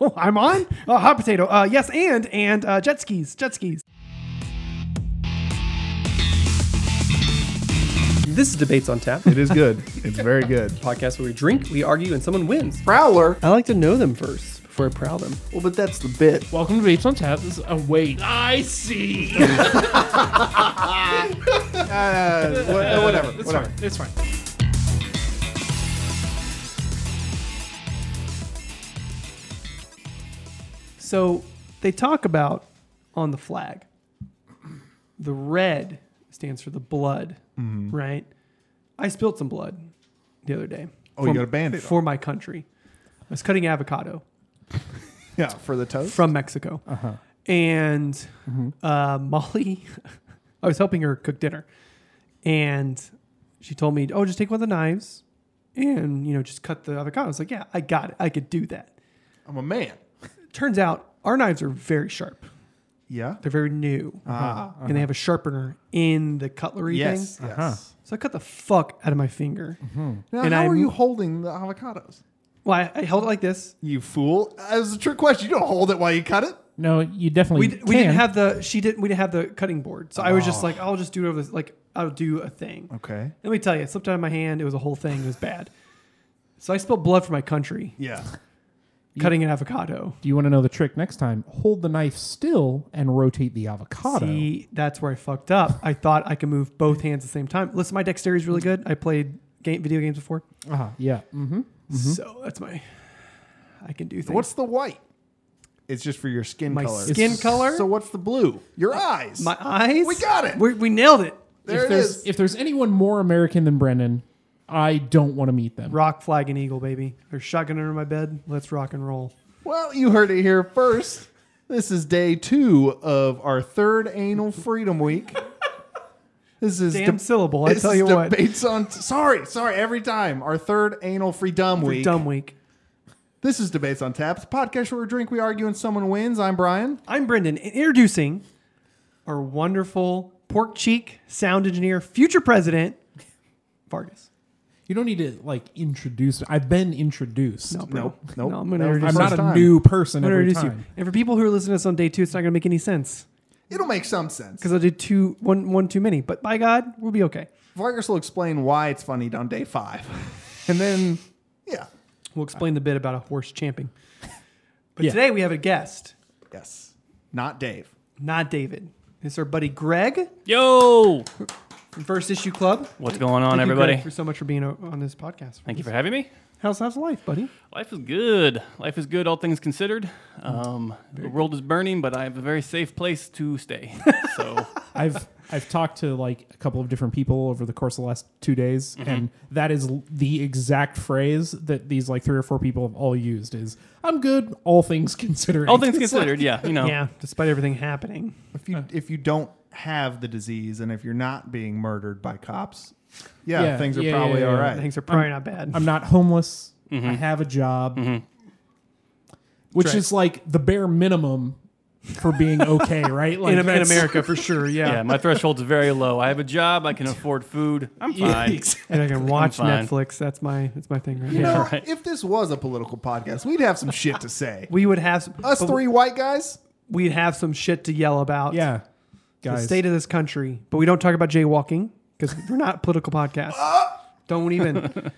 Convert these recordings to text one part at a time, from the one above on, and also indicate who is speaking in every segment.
Speaker 1: oh, I'm on uh, hot potato. Uh, yes, and and uh, jet skis, jet skis.
Speaker 2: This is Debates on Tap,
Speaker 3: It is good. It's very good.
Speaker 2: a podcast where we drink, we argue, and someone wins.
Speaker 3: Prowler.
Speaker 2: I like to know them first before I prowl them.
Speaker 3: Well, but that's the bit.
Speaker 4: Welcome to Bates on Tap. This is, oh, wait. I see.
Speaker 3: Uh, wha- uh, whatever.
Speaker 4: It's
Speaker 3: Whatever.
Speaker 4: fine. It's fine.
Speaker 2: So they talk about on the flag, the red stands for the blood,
Speaker 3: Mm-hmm.
Speaker 2: right? I spilled some blood the other day.
Speaker 3: Oh, you got a Band-Aid
Speaker 2: For my country. I was cutting avocado
Speaker 3: Yeah, for the toast.
Speaker 2: from Mexico.
Speaker 4: Uh-huh.
Speaker 2: And
Speaker 4: Mm-hmm.
Speaker 2: uh, Molly, I was helping her cook dinner. And she told me, oh, just take one of the knives and, you know, just cut the avocado. I was like, yeah, I got it. I could do that.
Speaker 3: I'm a man.
Speaker 2: Turns out our knives are very sharp.
Speaker 3: Yeah.
Speaker 2: They're very new.
Speaker 4: Ah,
Speaker 2: Uh-huh. And
Speaker 4: uh-huh.
Speaker 2: they have a sharpener in the cutlery
Speaker 3: Yes.
Speaker 2: thing.
Speaker 3: Yes.
Speaker 2: So I cut the fuck out of my finger.
Speaker 3: Uh-huh.
Speaker 4: Mm-hmm.
Speaker 3: Now,
Speaker 2: And
Speaker 3: how
Speaker 2: I
Speaker 3: are
Speaker 2: m-
Speaker 3: you holding the avocados?
Speaker 2: Well, I, I held it like this.
Speaker 3: You fool. That was a trick question. You don't hold it while you cut it.
Speaker 4: No, you definitely
Speaker 2: We, d- we didn't
Speaker 4: can. Oh.
Speaker 2: have the she didn't we didn't have the cutting board. So I was just like, I'll just do it over this like I'll do a thing.
Speaker 3: Okay.
Speaker 2: Let me tell you, it slipped out of my hand. It was a whole thing. It was bad. So I spilled blood for my country
Speaker 3: Yeah.
Speaker 2: cutting an avocado.
Speaker 4: Do you want to know the trick next time? Hold the knife still and rotate the avocado.
Speaker 2: See, that's where I fucked up. I thought I could move both hands at the same time. Listen, my dexterity is really good. I played game, video games before,
Speaker 4: Uh-huh. Yeah. Mm-hmm.
Speaker 2: so that's my. I can do things.
Speaker 3: What's the white? It's just for your skin
Speaker 2: my
Speaker 3: color.
Speaker 2: skin
Speaker 4: It's-
Speaker 2: color?
Speaker 3: So what's the blue? Your eyes.
Speaker 2: my eyes.
Speaker 3: We got it.
Speaker 2: We, we nailed it.
Speaker 3: there
Speaker 4: if
Speaker 3: it
Speaker 4: there's
Speaker 3: is.
Speaker 4: if there's anyone more American than Brendan, I don't want to meet them.
Speaker 2: Rock, flag, and eagle, baby. There's shotgun under my bed. Let's rock and roll.
Speaker 3: well, you heard it here first. This is day two of our third anal freedom week. This is
Speaker 2: Damn
Speaker 3: de-
Speaker 2: syllable. I
Speaker 3: this
Speaker 2: tell
Speaker 3: is
Speaker 2: you what.
Speaker 3: Debates on. sorry, sorry. Every time our third anal free dumb
Speaker 2: For
Speaker 3: week.
Speaker 2: Dumb week.
Speaker 3: This is debates on taps podcast where we drink, we argue, and someone wins. I'm Brian.
Speaker 2: I'm Brendan, and introducing our wonderful pork cheek sound engineer, future president Vargas.
Speaker 4: You don't need to like introduce. I've been introduced.
Speaker 2: No, bro.
Speaker 3: Nope, nope.
Speaker 2: No, I'm going to
Speaker 3: That was the
Speaker 2: introduce, you.
Speaker 3: First
Speaker 4: I'm not a
Speaker 3: time.
Speaker 4: new person
Speaker 2: I'm gonna
Speaker 4: every
Speaker 2: introduce
Speaker 4: time.
Speaker 2: you. And for people who are listening to us on day two, it's not going to make any sense
Speaker 3: It'll make some sense
Speaker 2: because I'll do two, one, one too many. But by God, we'll be okay.
Speaker 3: Vargas will explain why it's funny on day five, and then yeah,
Speaker 2: We'll explain the bit about a horse champing. But
Speaker 4: Yeah.
Speaker 2: today we have a guest,
Speaker 3: yes, not Dave.
Speaker 2: not David. It's our buddy Greg
Speaker 5: Yo!
Speaker 2: from First Issue Club.
Speaker 5: What's going on,
Speaker 2: Thank you,
Speaker 5: everybody?
Speaker 2: Greg, for so much for being o- on this podcast.
Speaker 5: Thank you for having me.
Speaker 2: How's, how's life, buddy?
Speaker 5: Life is good. Life is good, all things considered. Um, the world is burning, but I have a very safe place to stay. So,
Speaker 4: I've I've talked to like a couple of different people over the course of the last two days,
Speaker 5: Mm-hmm.
Speaker 4: and that is l- the exact phrase that these like three or four people have all used is "I'm good, all things considering."
Speaker 5: all things considered, yeah, you know.
Speaker 2: Yeah, despite everything happening.
Speaker 3: If you if you don't have the disease and if you're not being murdered by cops, yeah,
Speaker 4: Yeah,
Speaker 3: things are
Speaker 4: yeah,
Speaker 3: probably
Speaker 4: yeah,
Speaker 3: all
Speaker 4: yeah.
Speaker 3: right.
Speaker 2: Things are probably not bad.
Speaker 4: I'm not homeless.
Speaker 5: Mm-hmm.
Speaker 4: I have a job, which
Speaker 2: Right.
Speaker 4: is like the bare minimum for being okay, right? Like
Speaker 2: in, in
Speaker 4: that's-
Speaker 2: America for sure. Yeah.
Speaker 5: Yeah, my threshold's very low. I have a job. I can afford food. I'm
Speaker 4: Yeah,
Speaker 5: fine.
Speaker 4: exactly.
Speaker 2: And I can watch
Speaker 5: fine.
Speaker 2: Netflix. That's my that's my thing right
Speaker 3: You
Speaker 2: now.
Speaker 3: know, if this was a political podcast, we'd have some shit to say.
Speaker 2: We would have some,
Speaker 3: Us
Speaker 2: but
Speaker 3: three white guys,
Speaker 2: We'd have some shit to yell about.
Speaker 4: Yeah,
Speaker 2: The
Speaker 4: guys.
Speaker 2: state of this country, but we don't talk about jaywalking because we're not a political podcast.
Speaker 3: Ah!
Speaker 2: don't even.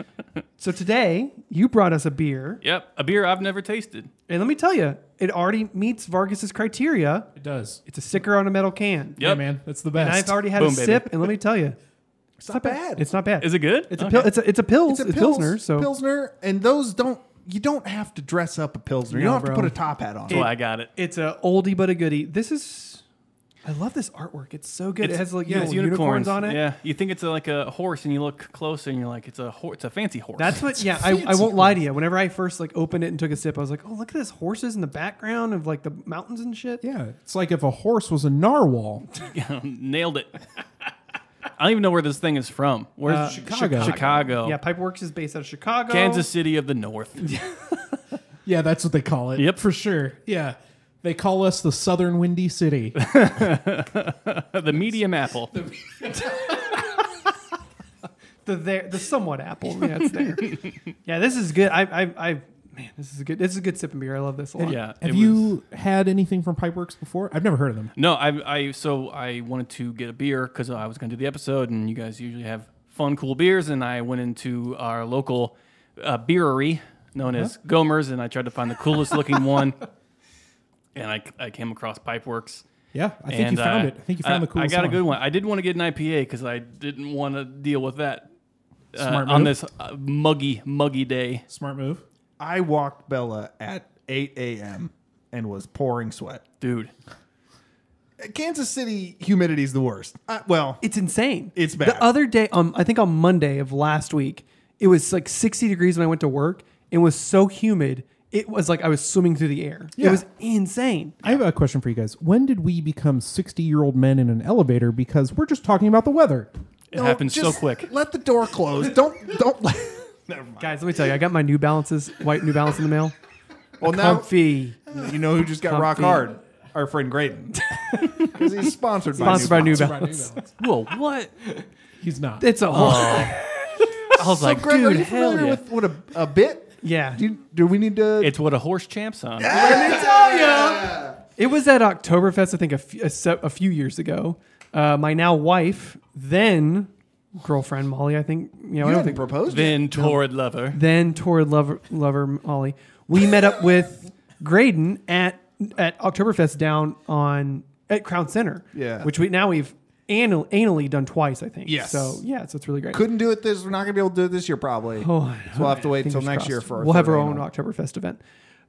Speaker 2: so today you brought us a beer,
Speaker 5: Yep, a beer I've never tasted.
Speaker 2: and let me tell you, it already meets Vargas's criteria.
Speaker 4: it does.
Speaker 2: It's a sticker on a metal can.
Speaker 5: Yep.
Speaker 4: Yeah, man, that's the best.
Speaker 2: And I've already had
Speaker 5: Boom,
Speaker 2: a
Speaker 5: baby.
Speaker 2: sip, and let me tell you,
Speaker 3: it's not bad.
Speaker 2: it's not bad.
Speaker 5: Is it good?
Speaker 2: It's a
Speaker 5: Okay.
Speaker 2: pill. It's a it's a pills.
Speaker 3: It's a
Speaker 2: It's
Speaker 3: pils-
Speaker 2: pilsner. So
Speaker 3: pilsner, and those don't. You don't have to dress up a pilsner. You
Speaker 2: No,
Speaker 3: don't have
Speaker 2: bro.
Speaker 3: to put a top hat on.
Speaker 5: That's why I got it.
Speaker 2: It's a oldie but a goodie. This is, I love this artwork. It's so good. it has like
Speaker 5: yeah,
Speaker 2: little
Speaker 5: it's
Speaker 2: unicorns. on it.
Speaker 5: Yeah, you think it's a, like a horse, and you look closer, and you're like, it's a horse. It's a fancy horse.
Speaker 2: That's what. Yeah, I, I won't lie to you. Whenever I first like opened it and took a sip, I was like, oh look at this horses in the background of like the mountains and shit.
Speaker 4: yeah, it's like if a horse was a narwhal.
Speaker 5: Nailed it. I don't even know where this thing is from. Where's
Speaker 2: Uh,
Speaker 4: Chicago.
Speaker 5: Chicago.
Speaker 2: Yeah, Pipeworks is based out of Chicago.
Speaker 5: Kansas City of the North.
Speaker 4: Yeah, that's what they call it.
Speaker 5: Yep.
Speaker 4: for sure. Yeah, they call us the Southern Windy City.
Speaker 5: the medium apple.
Speaker 2: The there the somewhat apple. Yeah, it's there. yeah, this is good. I I I man, this is a good. This is a good sipping beer. I love this a lot.
Speaker 5: Yeah. it
Speaker 4: Have
Speaker 5: was-
Speaker 4: you had anything from Pipeworks before? I've never heard of them.
Speaker 5: No, I, I so I wanted to get a beer because I was going to do the episode, and you guys usually have fun, cool beers, and I went into our local uh, beerery known as Gomer's, and I tried to find the coolest looking one, and I, I came across Pipeworks.
Speaker 4: Yeah, I think you
Speaker 5: and,
Speaker 4: found
Speaker 5: uh,
Speaker 4: it. I think you found the
Speaker 5: I-
Speaker 4: coolest.
Speaker 5: I got
Speaker 4: one.
Speaker 5: a good one. I did want to get an IPA because I didn't want to deal with that uh,
Speaker 4: Smart
Speaker 5: on
Speaker 4: move.
Speaker 5: this uh, muggy, muggy day.
Speaker 4: Smart move.
Speaker 3: I walked Bella at 8 a.m. and was pouring sweat.
Speaker 5: Dude,
Speaker 3: Kansas City humidity is the worst. Uh, well,
Speaker 2: It's insane.
Speaker 3: It's bad.
Speaker 2: The other day, um, I think on Monday of last week, it was like 60 degrees when I went to work and was so humid. It was like I was swimming through the air.
Speaker 3: Yeah.
Speaker 2: It was insane.
Speaker 4: I have a question for you guys. When did we become 60 year old men in an elevator? Because we're just talking about the weather.
Speaker 5: it happens so
Speaker 3: just
Speaker 5: quick.
Speaker 3: Let the door close. Don't don't. Never mind.
Speaker 2: Guys, let me tell you, I got my New Balances, white New Balance in the mail.
Speaker 3: Well,
Speaker 2: Comfy.
Speaker 3: now you know who just got rock
Speaker 2: Comfy.
Speaker 3: hard. Our friend Graydon, because he's sponsored,
Speaker 2: Sponsored by New
Speaker 3: Balance.
Speaker 2: Balance.
Speaker 5: Whoa, what?
Speaker 4: He's not.
Speaker 2: It's a whole.
Speaker 3: Oh.
Speaker 5: I was like,
Speaker 3: Greg, are
Speaker 5: dude,
Speaker 3: you
Speaker 5: hell
Speaker 3: familiar
Speaker 5: yeah.
Speaker 3: with what a, a bit?
Speaker 2: Yeah.
Speaker 3: Do, you- do we need to?
Speaker 5: It's what a horse champs on.
Speaker 2: It was at Oktoberfest, I think, a few, a se- a few years ago. Uh, my now wife, then girlfriend Molly, I think, you know,
Speaker 3: you
Speaker 2: I don't
Speaker 3: haven't
Speaker 2: think
Speaker 3: proposed. yet.
Speaker 5: Then torrid lover.
Speaker 2: then toward lover lover Molly. We met up with Graydon at at Oktoberfest down on at Crown Center.
Speaker 3: Yeah.
Speaker 2: Which we now we've anal, anally done twice, I think.
Speaker 3: Yes.
Speaker 2: So yeah, so it's really great.
Speaker 3: Couldn't do it this. We're not gonna be able to do it this year, probably.
Speaker 2: Oh,
Speaker 3: so we'll have to wait
Speaker 2: fingers
Speaker 3: until next year
Speaker 2: crossed.
Speaker 3: for. Our
Speaker 2: we'll have
Speaker 3: third
Speaker 2: our
Speaker 3: annual.
Speaker 2: own Oktoberfest event.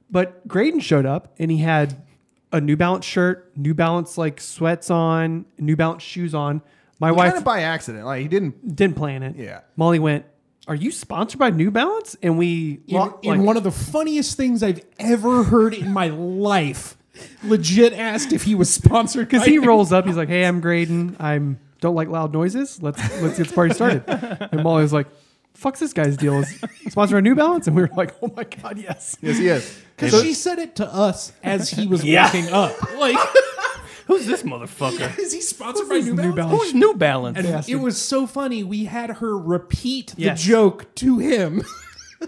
Speaker 2: But Graydon showed up and he had a New Balance shirt, New Balance like sweats on, New Balance shoes on. My wife
Speaker 3: Kind of by accident. Like he didn't.
Speaker 2: didn't plan it.
Speaker 3: Yeah.
Speaker 2: Molly went, "Are you sponsored by New Balance?" And we
Speaker 4: in,
Speaker 2: lo-
Speaker 4: in one of the funniest things I've ever heard in my life. Legit asked if he was sponsored
Speaker 2: Because
Speaker 4: by
Speaker 2: he
Speaker 4: him.
Speaker 2: rolls up, he's like, "Hey, I'm Graydon. I'm don't like loud noises. Let's let's get this party started." And Molly's like, "Fuck's this guy's deal is sponsor a New Balance," and we were like, "Oh my god, yes."
Speaker 3: Yes, he is.
Speaker 4: Because she said it to us as he was walking up. Like,
Speaker 5: Who's this motherfucker?
Speaker 4: is he sponsored by New Balance?
Speaker 5: Who's New Balance?
Speaker 4: And it was so funny. We had her repeat the
Speaker 2: Yes.
Speaker 4: joke to him.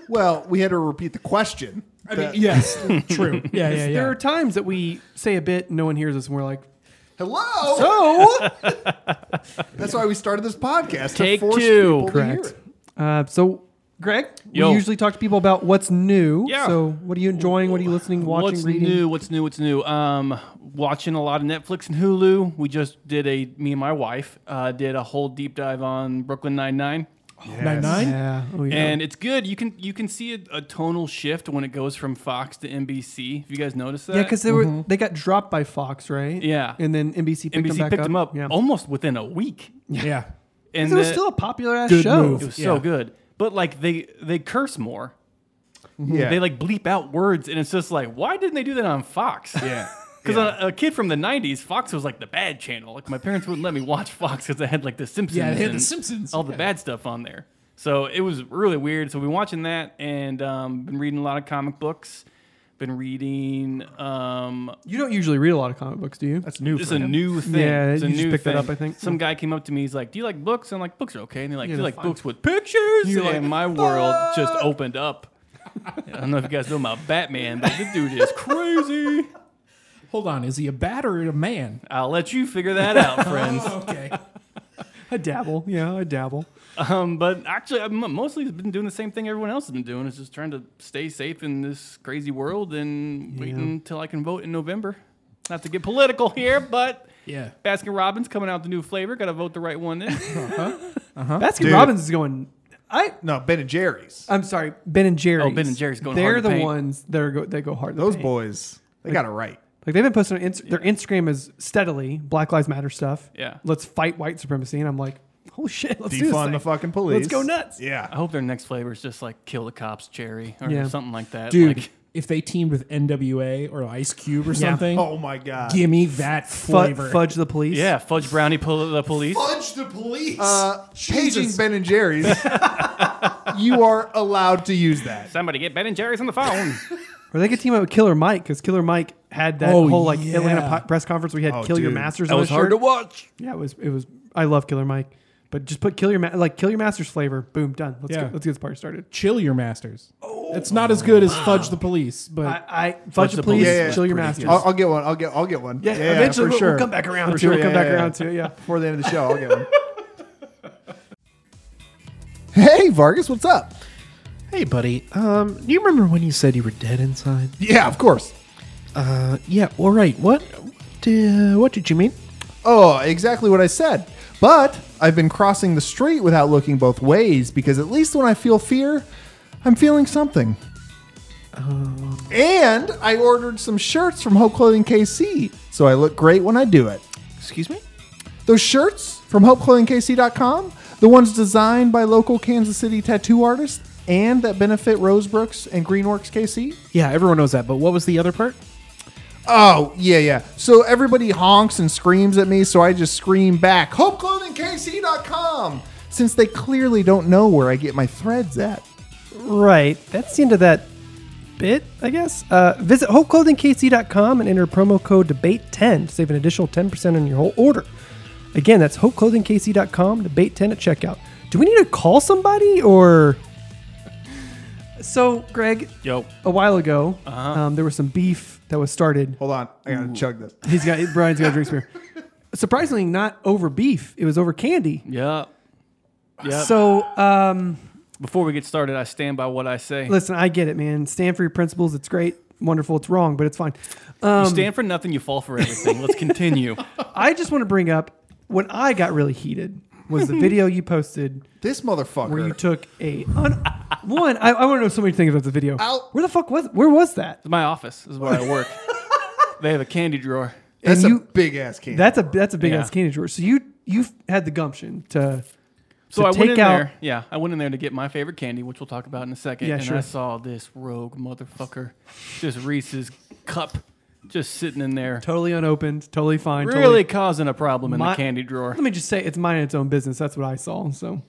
Speaker 3: Well, we had to repeat the question.
Speaker 4: I mean,
Speaker 3: That-
Speaker 4: yes, true. Yeah, yeah,
Speaker 2: There
Speaker 4: yeah.
Speaker 2: are times that we say a bit, no one hears us, and we're like,
Speaker 3: Hello.
Speaker 2: "Oh,
Speaker 3: That's why we started this podcast.
Speaker 5: Take
Speaker 3: to force
Speaker 5: two.
Speaker 3: people to hear
Speaker 2: correct."
Speaker 3: it.
Speaker 2: Uh, so, Greg,
Speaker 5: Yo.
Speaker 2: we usually talk to people about what's new.
Speaker 5: Yeah.
Speaker 2: So, what are you enjoying? What are you listening, watching,
Speaker 5: What's
Speaker 2: reading?
Speaker 5: new? What's new? What's new? Um, watching a lot of Netflix and Hulu. We just did a me and my wife uh, did a whole deep dive on Brooklyn Nine Nine,
Speaker 4: Nine nine.
Speaker 2: Yeah. Oh yeah.
Speaker 5: and it's good. You can you can see a, a tonal shift when it goes from Fox to NBC. If you guys notice that,
Speaker 2: yeah, because they were they got dropped by Fox, right?
Speaker 5: mm-hmm. Yeah.
Speaker 2: And then NBC picked them
Speaker 5: NBC
Speaker 2: back
Speaker 5: picked
Speaker 2: up.
Speaker 5: them up
Speaker 2: Yeah.
Speaker 5: almost within a week,
Speaker 4: Yeah.
Speaker 5: and
Speaker 2: it was
Speaker 5: the-
Speaker 2: still a popular ass
Speaker 4: Good
Speaker 2: show.
Speaker 4: move.
Speaker 5: Oh, it was so
Speaker 4: Yeah.
Speaker 5: good. But like they they curse more.
Speaker 4: Mm-hmm.
Speaker 3: Yeah.
Speaker 5: They like bleep out words, and it's just like, why didn't they do that on Fox?
Speaker 3: yeah.
Speaker 5: Because a, a kid from the '90s, Fox was like the bad channel. Like my parents wouldn't let me watch Fox because they had like The Simpsons,
Speaker 4: Yeah, they had The
Speaker 5: and
Speaker 4: Simpsons,
Speaker 5: all the
Speaker 4: yeah.
Speaker 5: bad stuff on there. So it was really weird. So we been watching that and um, been reading a lot of comic books. Been reading. Um,
Speaker 2: You don't usually read a lot of comic books, do you?
Speaker 3: That's new.
Speaker 5: it's
Speaker 3: for
Speaker 5: a
Speaker 3: him.
Speaker 5: new thing.
Speaker 2: Yeah,
Speaker 5: it's a
Speaker 2: you just
Speaker 5: new
Speaker 2: picked that
Speaker 5: thing.
Speaker 2: up, I think.
Speaker 5: Some guy came up to me. He's like, "Do you like books?" And I'm like, "Books are okay." And they're like, "Do you
Speaker 2: they're
Speaker 5: like
Speaker 2: fine.
Speaker 5: books with pictures?"
Speaker 2: You're
Speaker 5: and
Speaker 2: like,
Speaker 5: my world just opened up. I don't know if you guys know about Batman, but this dude is crazy.
Speaker 4: Hold on. Is he a bat or a man?
Speaker 5: I'll let you figure that out, friends.
Speaker 4: okay.
Speaker 2: I dabble. Yeah, I dabble.
Speaker 5: Um, but actually, I've m- mostly been doing the same thing everyone else has been doing. It's just trying to stay safe in this crazy world and waiting until I can vote in November. Not to get political here, but
Speaker 4: Yeah.
Speaker 5: Baskin Robbins coming out with a new flavor. Got to vote the right one in.
Speaker 2: Baskin
Speaker 3: Dude.
Speaker 2: Robbins is going. I
Speaker 3: No, Ben and Jerry's.
Speaker 2: I'm sorry, Ben and Jerry's.
Speaker 5: Oh, Ben and Jerry's going
Speaker 2: They're
Speaker 5: hard to
Speaker 2: the
Speaker 5: paint.
Speaker 2: ones that are go, that go hard. to
Speaker 3: Those
Speaker 2: paint.
Speaker 3: boys, they got it right.
Speaker 2: like they've been posting on Inst- their Instagram is steadily Black Lives Matter stuff.
Speaker 5: Yeah.
Speaker 2: let's fight white supremacy, and I'm like, holy shit, let's do this
Speaker 3: Defund the
Speaker 2: thing.
Speaker 3: fucking police.
Speaker 2: Let's go nuts.
Speaker 5: I
Speaker 3: Yeah.
Speaker 5: hope their next flavor is just like kill the cops cherry or
Speaker 2: Yeah.
Speaker 5: something like that.
Speaker 4: Dude,
Speaker 5: Like,
Speaker 4: if they teamed with NWA or Ice Cube or something,
Speaker 3: Oh my god.
Speaker 4: give me that
Speaker 2: Fu-
Speaker 4: flavor.
Speaker 2: fudge the police.
Speaker 5: yeah, fudge brownie pull the police.
Speaker 4: Fudge the police.
Speaker 3: Uh, paging Ben and Jerry's. you are allowed to use that.
Speaker 5: Somebody get Ben and Jerry's on the phone.
Speaker 2: or they could team up with Killer Mike because Killer Mike had that
Speaker 4: Oh,
Speaker 2: whole like
Speaker 4: yeah.
Speaker 2: Atlanta po- press conference. We had
Speaker 3: Oh,
Speaker 2: Kill Your
Speaker 3: dude.
Speaker 2: Masters.
Speaker 5: that
Speaker 2: on
Speaker 5: was
Speaker 2: his
Speaker 5: hard to
Speaker 2: shirt.
Speaker 5: watch.
Speaker 2: Yeah, it was. It was. I love Killer Mike, but just put Kill Your Ma- like Kill Your Masters flavor. Boom, done. Let's
Speaker 4: Yeah.
Speaker 2: go, let's get this party started.
Speaker 4: Chill your masters. It's not as good as Fudge the Police, but
Speaker 2: I, I fudge
Speaker 5: the
Speaker 2: please,
Speaker 5: police
Speaker 3: Yeah, yeah.
Speaker 2: chill your masters.
Speaker 5: Ridiculous.
Speaker 3: I'll, I'll get one. I'll get. I'll get one.
Speaker 2: yeah, eventually
Speaker 3: for
Speaker 2: we'll,
Speaker 3: sure.
Speaker 2: we'll come back around to.
Speaker 3: sure,
Speaker 2: we'll come
Speaker 3: yeah,
Speaker 2: back
Speaker 3: yeah,
Speaker 2: around to. Yeah.
Speaker 3: Before the end of the show, I'll get one. hey Vargas, what's up?
Speaker 6: Hey, buddy. Um, do you remember when you said you were dead inside?
Speaker 3: Yeah, of course.
Speaker 6: Uh, yeah. All right. What? What, uh, what did you mean?
Speaker 3: Oh, exactly what I said. But I've been crossing the street without looking both ways because at least when I feel fear, I'm feeling something. and I ordered some shirts from Ho Clothing KC, so I look great when I do it.
Speaker 6: Excuse me.
Speaker 3: Those shirts from HopeClothingKC.com, the ones designed by local Kansas City tattoo artists and that benefit Rosebrooks and Greenworks KC.
Speaker 6: Yeah, everyone knows that. But what was the other part?
Speaker 3: Oh, yeah, yeah. So everybody honks and screams at me, so I just scream back, HopeClothingKC.com, since they clearly don't know where I get my threads at.
Speaker 2: Right. That's the end of that bit, I guess. Uh, visit hopeclothingkc.com and enter promo code debate10 to save an additional 10% on your whole order. Again, that's hopeclothingkc.com, debate10 at checkout. Do we need to call somebody or. So, Greg,
Speaker 5: Yo.
Speaker 2: a while ago, um, there was some beef that was started.
Speaker 3: Hold on, I gotta chug this.
Speaker 2: He's got Brian's got a drink beer. Surprisingly, not over beef. It was over candy.
Speaker 5: Yeah. Yeah.
Speaker 2: So, um,
Speaker 5: Before we get started, I stand by what I say.
Speaker 2: listen, I get it, man. Stand for your principles. It's great, wonderful. It's wrong, but it's fine. Um,
Speaker 5: you stand for nothing, you fall for everything. Let's continue.
Speaker 2: Uh, I just want to bring up when I got really heated was the video you posted
Speaker 3: This
Speaker 2: where you
Speaker 3: motherfucker.
Speaker 2: took a un- one. I, I want to know so many things about the video.
Speaker 3: Ow.
Speaker 2: Where the fuck was? Where was that?
Speaker 5: My office is where I work. they have a candy drawer.
Speaker 3: That's
Speaker 2: and
Speaker 3: a
Speaker 2: you-
Speaker 3: big ass can.
Speaker 2: That's a that's a big
Speaker 5: Yeah.
Speaker 2: ass candy drawer. So you you had the gumption to
Speaker 5: So
Speaker 2: to
Speaker 5: I
Speaker 2: take
Speaker 5: went in
Speaker 2: out-
Speaker 5: there. Yeah, I went in there to get my favorite candy, which we'll talk about in a second.
Speaker 2: Yeah,
Speaker 5: and
Speaker 2: sure.
Speaker 5: I saw this rogue motherfucker, this Reese's cup, just sitting in there,
Speaker 2: totally unopened, totally fine.
Speaker 5: really
Speaker 2: totally-
Speaker 5: causing a problem in
Speaker 2: My-
Speaker 5: the candy drawer.
Speaker 2: Let me just say it's mine and its own business. That's what I saw. So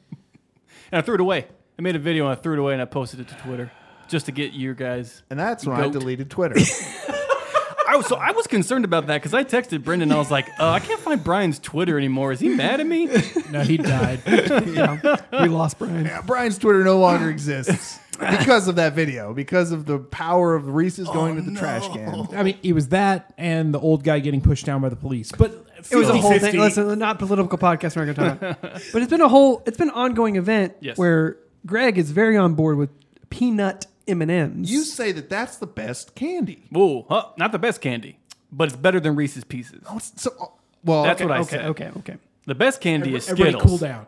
Speaker 5: And I threw it away. I made a video and I threw it away and I posted it to Twitter just to get your guys.
Speaker 3: and that's when I
Speaker 5: Goat.
Speaker 3: deleted Twitter.
Speaker 5: I was, so I was concerned about that because I texted Brendan. I was like, uh, I can't find Brian's Twitter anymore. Is he mad at me?
Speaker 4: no, he died.
Speaker 2: we lost Brian.
Speaker 3: Yeah, Brian's Twitter no longer exists because of that video, because of the power of Reese's
Speaker 5: Oh,
Speaker 3: going to the trash can.
Speaker 4: I mean, it was that and the old guy getting pushed down by the police. But
Speaker 2: It was a whole thing. Listen, not political podcast. We're not going to talk about. it. But it's been a whole. It's been an ongoing event
Speaker 5: Yes.
Speaker 2: where Greg is very on board with peanut M and M's.
Speaker 3: You say that that's the best candy.
Speaker 5: Whoa, huh? Not the best candy, but it's better than Reese's Pieces.
Speaker 3: Oh, it's So, well,
Speaker 5: That's
Speaker 3: okay.
Speaker 5: what I
Speaker 2: okay,
Speaker 5: said.
Speaker 2: okay, okay.
Speaker 5: The best candy is
Speaker 4: everybody
Speaker 5: Skittles.
Speaker 4: cool down.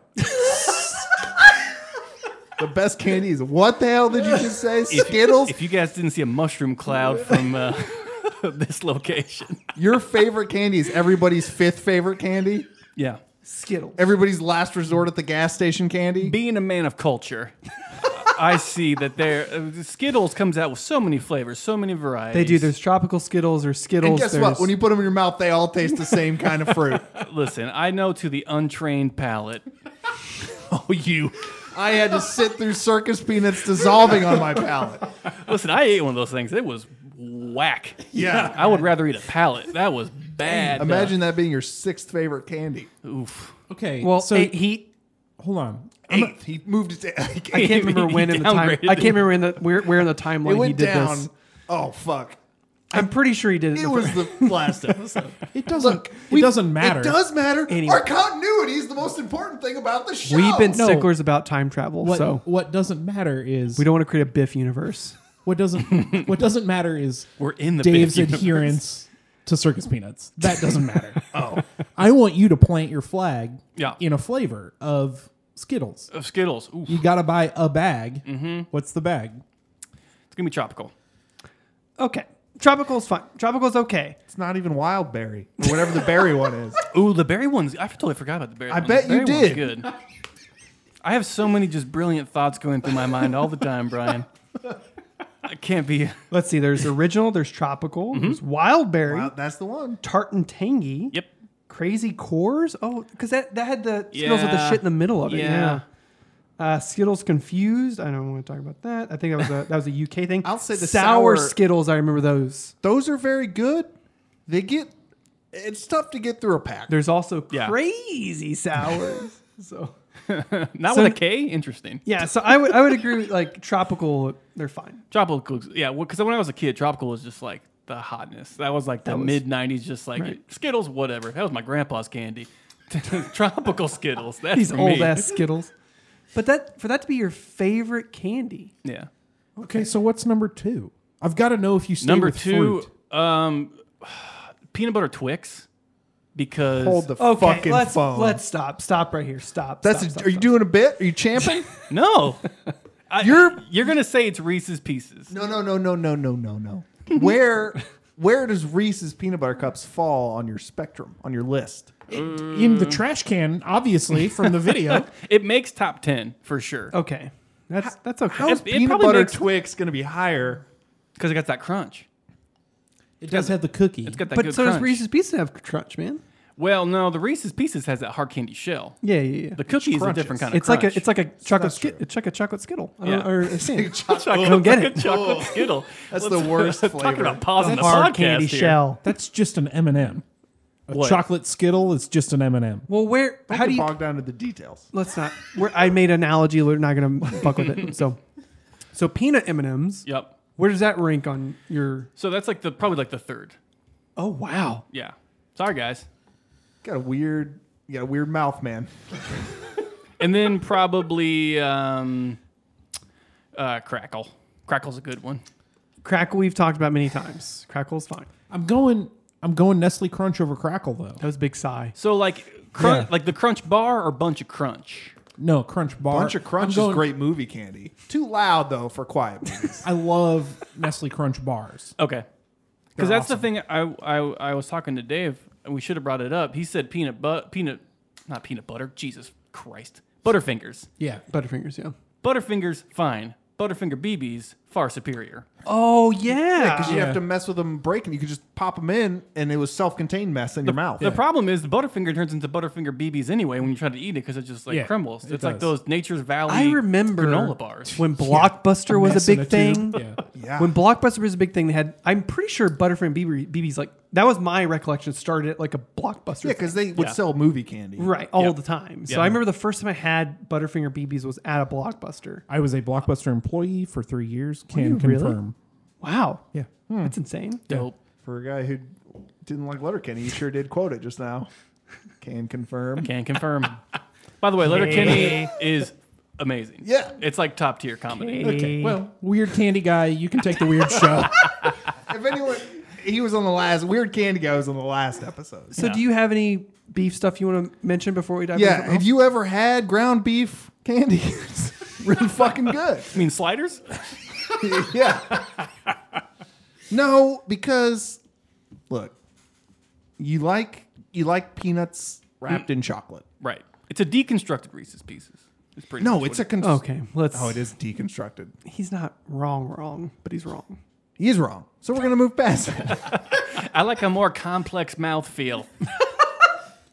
Speaker 3: the best candy is what the hell did you just say?
Speaker 5: If you-
Speaker 3: Skittles.
Speaker 5: If you guys didn't see a mushroom cloud from uh, this location,
Speaker 3: Your favorite candy is everybody's fifth favorite candy.
Speaker 5: yeah.
Speaker 2: Skittles.
Speaker 3: Everybody's last resort at the gas station candy.
Speaker 5: Being a man of culture, I see that there uh, Skittles comes out with so many flavors, so many varieties.
Speaker 2: They do. There's tropical Skittles or Skittles.
Speaker 3: and guess what?
Speaker 2: there's-
Speaker 3: When you put them in your mouth, they all taste the same kind of fruit.
Speaker 5: Listen, I know to the untrained palate. oh, you.
Speaker 3: I had to sit through circus peanuts dissolving on my palate.
Speaker 5: Listen, I ate one of those things. It was whack.
Speaker 3: Yeah.
Speaker 5: I would rather eat a pallet. That was bad.
Speaker 3: Imagine that being your sixth favorite candy.
Speaker 5: Oof.
Speaker 4: Okay,
Speaker 2: well,
Speaker 4: well, so
Speaker 2: eh, he.
Speaker 4: hold on.
Speaker 3: Eighth. He moved it to
Speaker 2: I can't remember
Speaker 5: He
Speaker 2: when in the time. I
Speaker 5: downgraded
Speaker 2: can't
Speaker 5: it.
Speaker 2: remember in the where, where in the timeline
Speaker 3: It
Speaker 2: he
Speaker 3: went
Speaker 2: did
Speaker 3: down.
Speaker 2: this.
Speaker 3: Oh fuck!
Speaker 2: I'm pretty sure he did it.
Speaker 3: It
Speaker 2: the
Speaker 3: was
Speaker 2: first-
Speaker 3: the last episode.
Speaker 4: It doesn't. it doesn't matter.
Speaker 3: It does matter.
Speaker 2: Anyway.
Speaker 3: Our continuity is the most important thing about the show.
Speaker 2: We've been
Speaker 4: No.
Speaker 2: sticklers about time travel,
Speaker 4: What,
Speaker 2: so
Speaker 4: what doesn't matter is
Speaker 2: we don't want to create a Biff universe.
Speaker 4: what doesn't what doesn't matter is
Speaker 5: We're in the
Speaker 4: Dave's
Speaker 5: big universe.
Speaker 4: adherence to circus peanuts. That doesn't matter. oh, I want you to plant your flag
Speaker 5: Yeah.
Speaker 4: in a flavor of Skittles.
Speaker 5: Of Skittles. Oof.
Speaker 4: You got to buy a bag. What's the bag?
Speaker 5: It's going to be tropical.
Speaker 2: Okay, tropical's fine. Tropical's okay.
Speaker 3: It's not even wild berry or whatever the berry one is.
Speaker 5: Ooh, the berry ones. I totally forgot about the berry.
Speaker 3: I
Speaker 5: ones. The
Speaker 3: bet you
Speaker 5: berry one's
Speaker 3: did.
Speaker 5: Good. I have so many just brilliant thoughts going through my mind all the time, Brian. I can't be.
Speaker 2: Let's see. There's original. There's tropical. There's wild berry,
Speaker 3: Wow, Uh, that's the one.
Speaker 2: tart and tangy.
Speaker 5: Yep.
Speaker 2: Crazy cores. Oh, because that that had the Skittles with the
Speaker 5: Yeah.
Speaker 2: shit in the middle of it. Yeah.
Speaker 5: Yeah.
Speaker 2: Uh, Skittles confused. I don't want to talk about that. I think that was a that was a UK thing.
Speaker 3: I'll say the sour-
Speaker 2: Skittles. I remember those.
Speaker 3: Those are very good. They get. It's tough to get through a pack.
Speaker 2: There's also
Speaker 5: Yeah.
Speaker 2: crazy sours. so
Speaker 5: Not
Speaker 2: So-
Speaker 5: with a K? Interesting.
Speaker 2: Yeah, so I would I would agree with like tropical. They're fine.
Speaker 5: Tropical, yeah, because when I was a kid, tropical was just like the hotness. That was like the mid '90s, just like Skittles, whatever. That was my grandpa's candy. tropical Skittles. That's
Speaker 2: These
Speaker 5: for
Speaker 2: old
Speaker 5: me.
Speaker 2: ass Skittles. But that for that to be your favorite candy,
Speaker 5: Yeah.
Speaker 4: Okay, so what's number two? I've got to know if you stay
Speaker 5: Number
Speaker 4: with
Speaker 5: two,
Speaker 4: fruit.
Speaker 5: um, peanut butter Twix, because
Speaker 3: Hold the
Speaker 2: okay,
Speaker 3: fucking
Speaker 2: let's
Speaker 3: phone.
Speaker 2: let's stop. Stop right here. Stop.
Speaker 3: That's
Speaker 2: stop,
Speaker 3: a,
Speaker 2: stop,
Speaker 3: are you
Speaker 2: stop.
Speaker 3: doing a bit? Are you champing?
Speaker 5: no, I-
Speaker 3: You're-
Speaker 5: you're gonna say it's Reese's Pieces.
Speaker 3: no, no, no, no, no, no, no, no. Where where does Reese's peanut butter cups fall on your spectrum on your list?
Speaker 4: in the trash can, obviously from the video.
Speaker 5: It makes top ten for sure
Speaker 2: Okay, that's that's okay.
Speaker 3: How is
Speaker 5: it
Speaker 3: peanut
Speaker 5: probably
Speaker 3: butter
Speaker 5: makes-
Speaker 3: Twix going to be higher?
Speaker 5: because it got that crunch.
Speaker 4: it does have the cookie.
Speaker 5: It's got that
Speaker 2: but
Speaker 5: good
Speaker 2: so does
Speaker 5: crunch.
Speaker 2: Reese's Pieces have crunch, man?
Speaker 5: Well, no, the Reese's Pieces has that hard candy shell.
Speaker 2: Yeah, yeah, yeah.
Speaker 5: The cookie is a different kind of.
Speaker 2: it's like a
Speaker 5: crunch.
Speaker 2: it's like a chocolate skit. It's like a chocolate Skittle. I don't,
Speaker 5: Yeah.
Speaker 2: or a sand.
Speaker 5: chocolate,
Speaker 2: don't get
Speaker 5: like a
Speaker 2: it.
Speaker 5: chocolate Skittle.
Speaker 3: Oh. That's the worst
Speaker 5: Talking
Speaker 3: flavor.
Speaker 5: about pausing the,
Speaker 2: hard
Speaker 5: podcast
Speaker 2: candy
Speaker 5: here.
Speaker 2: shell.
Speaker 4: That's just an M and m A
Speaker 5: What?
Speaker 4: chocolate Skittle is just an M and m
Speaker 2: Well, where?
Speaker 3: Don't
Speaker 2: how
Speaker 3: get
Speaker 2: do you?
Speaker 3: bogged down to the details?
Speaker 2: Let's not. Where I made an analogy. We're not gonna fuck with it. So, so peanut M and M's.
Speaker 5: Yep.
Speaker 2: Where does that rank on your?
Speaker 5: So that's like the probably like the third.
Speaker 2: Oh wow.
Speaker 5: Yeah. Sorry guys.
Speaker 3: Got a weird, you got a weird mouth, man.
Speaker 5: And then probably um, uh, crackle. Crackle's a good one.
Speaker 2: Crackle we've talked about many times. Crackle's fine.
Speaker 4: I'm going. I'm going Nestle Crunch over Crackle though.
Speaker 2: That was a big sigh.
Speaker 5: So like crunch,
Speaker 4: Yeah.
Speaker 5: like the crunch bar or bunch of crunch.
Speaker 4: No Crunch Bar.
Speaker 3: Bunch of Crunch
Speaker 4: I'm going-
Speaker 3: is great movie candy. Too loud though for quiet movies.
Speaker 4: I love Nestle Crunch bars.
Speaker 5: Okay. Because that's the thing I, I I was talking to Dave and we should have brought it up. He said peanut but peanut not peanut butter. Jesus Christ. Butterfingers.
Speaker 4: Yeah,
Speaker 2: Butterfingers, yeah.
Speaker 5: Butterfingers fine. Butterfinger BBs far superior.
Speaker 2: Oh yeah.
Speaker 3: Because you
Speaker 4: Yeah.
Speaker 3: have to mess with them and break them. You could just pop them in, and it was self-contained mess in your mouth.
Speaker 5: The problem is the Butterfinger turns into Butterfinger BBs anyway when you try to eat it because it just like
Speaker 4: Yeah,
Speaker 5: crumbles.
Speaker 4: it
Speaker 5: It's like
Speaker 4: does.
Speaker 5: those Nature's Valley
Speaker 2: I remember
Speaker 5: granola bars.
Speaker 2: when Blockbuster was
Speaker 4: Mess
Speaker 2: a
Speaker 4: in
Speaker 2: big
Speaker 4: tube.
Speaker 2: thing.
Speaker 4: Yeah.
Speaker 3: Yeah.
Speaker 2: When Blockbuster was a big thing, they had. I'm pretty sure Butterfinger BB, BB's like that was my recollection. Started at like a Blockbuster.
Speaker 3: yeah, because they would
Speaker 5: Yeah.
Speaker 3: sell movie candy.
Speaker 2: right all
Speaker 5: Yeah.
Speaker 2: the time. So
Speaker 5: Yeah.
Speaker 2: I remember the first time I had Butterfinger BBs was at a Blockbuster.
Speaker 4: I was a Blockbuster employee for three years.
Speaker 2: you
Speaker 4: Can
Speaker 2: really?
Speaker 4: confirm.
Speaker 2: Wow.
Speaker 4: Yeah.
Speaker 2: That's insane.
Speaker 5: Dope.
Speaker 3: For a guy who didn't like Letterkenny, you sure did quote it just now. Can confirm.
Speaker 5: Can confirm. By the way, Letterkenny is amazing.
Speaker 3: Yeah.
Speaker 5: It's like top tier comedy.
Speaker 4: Okay. Well, weird candy guy, you can take the weird show.
Speaker 3: If anyone, he was on the last Weird Candy guy was on the last episode.
Speaker 2: So do you have any beef stuff you want to mention before we dive? into
Speaker 3: Yeah,
Speaker 2: something
Speaker 3: have you ever had ground beef candy? It's really fucking good.
Speaker 5: I mean sliders?
Speaker 3: yeah. No, because look, you like you like peanuts wrapped in chocolate.
Speaker 5: Right. It's a deconstructed Reese's Pieces. It's pretty.
Speaker 3: No,
Speaker 5: much
Speaker 3: it's a
Speaker 5: what
Speaker 3: con-
Speaker 2: else? Okay, let's.
Speaker 3: Oh, it is deconstructed.
Speaker 2: He's not wrong, wrong, but he's wrong.
Speaker 3: He is wrong. So we're gonna move past it.
Speaker 5: it- I like a more complex mouth feel.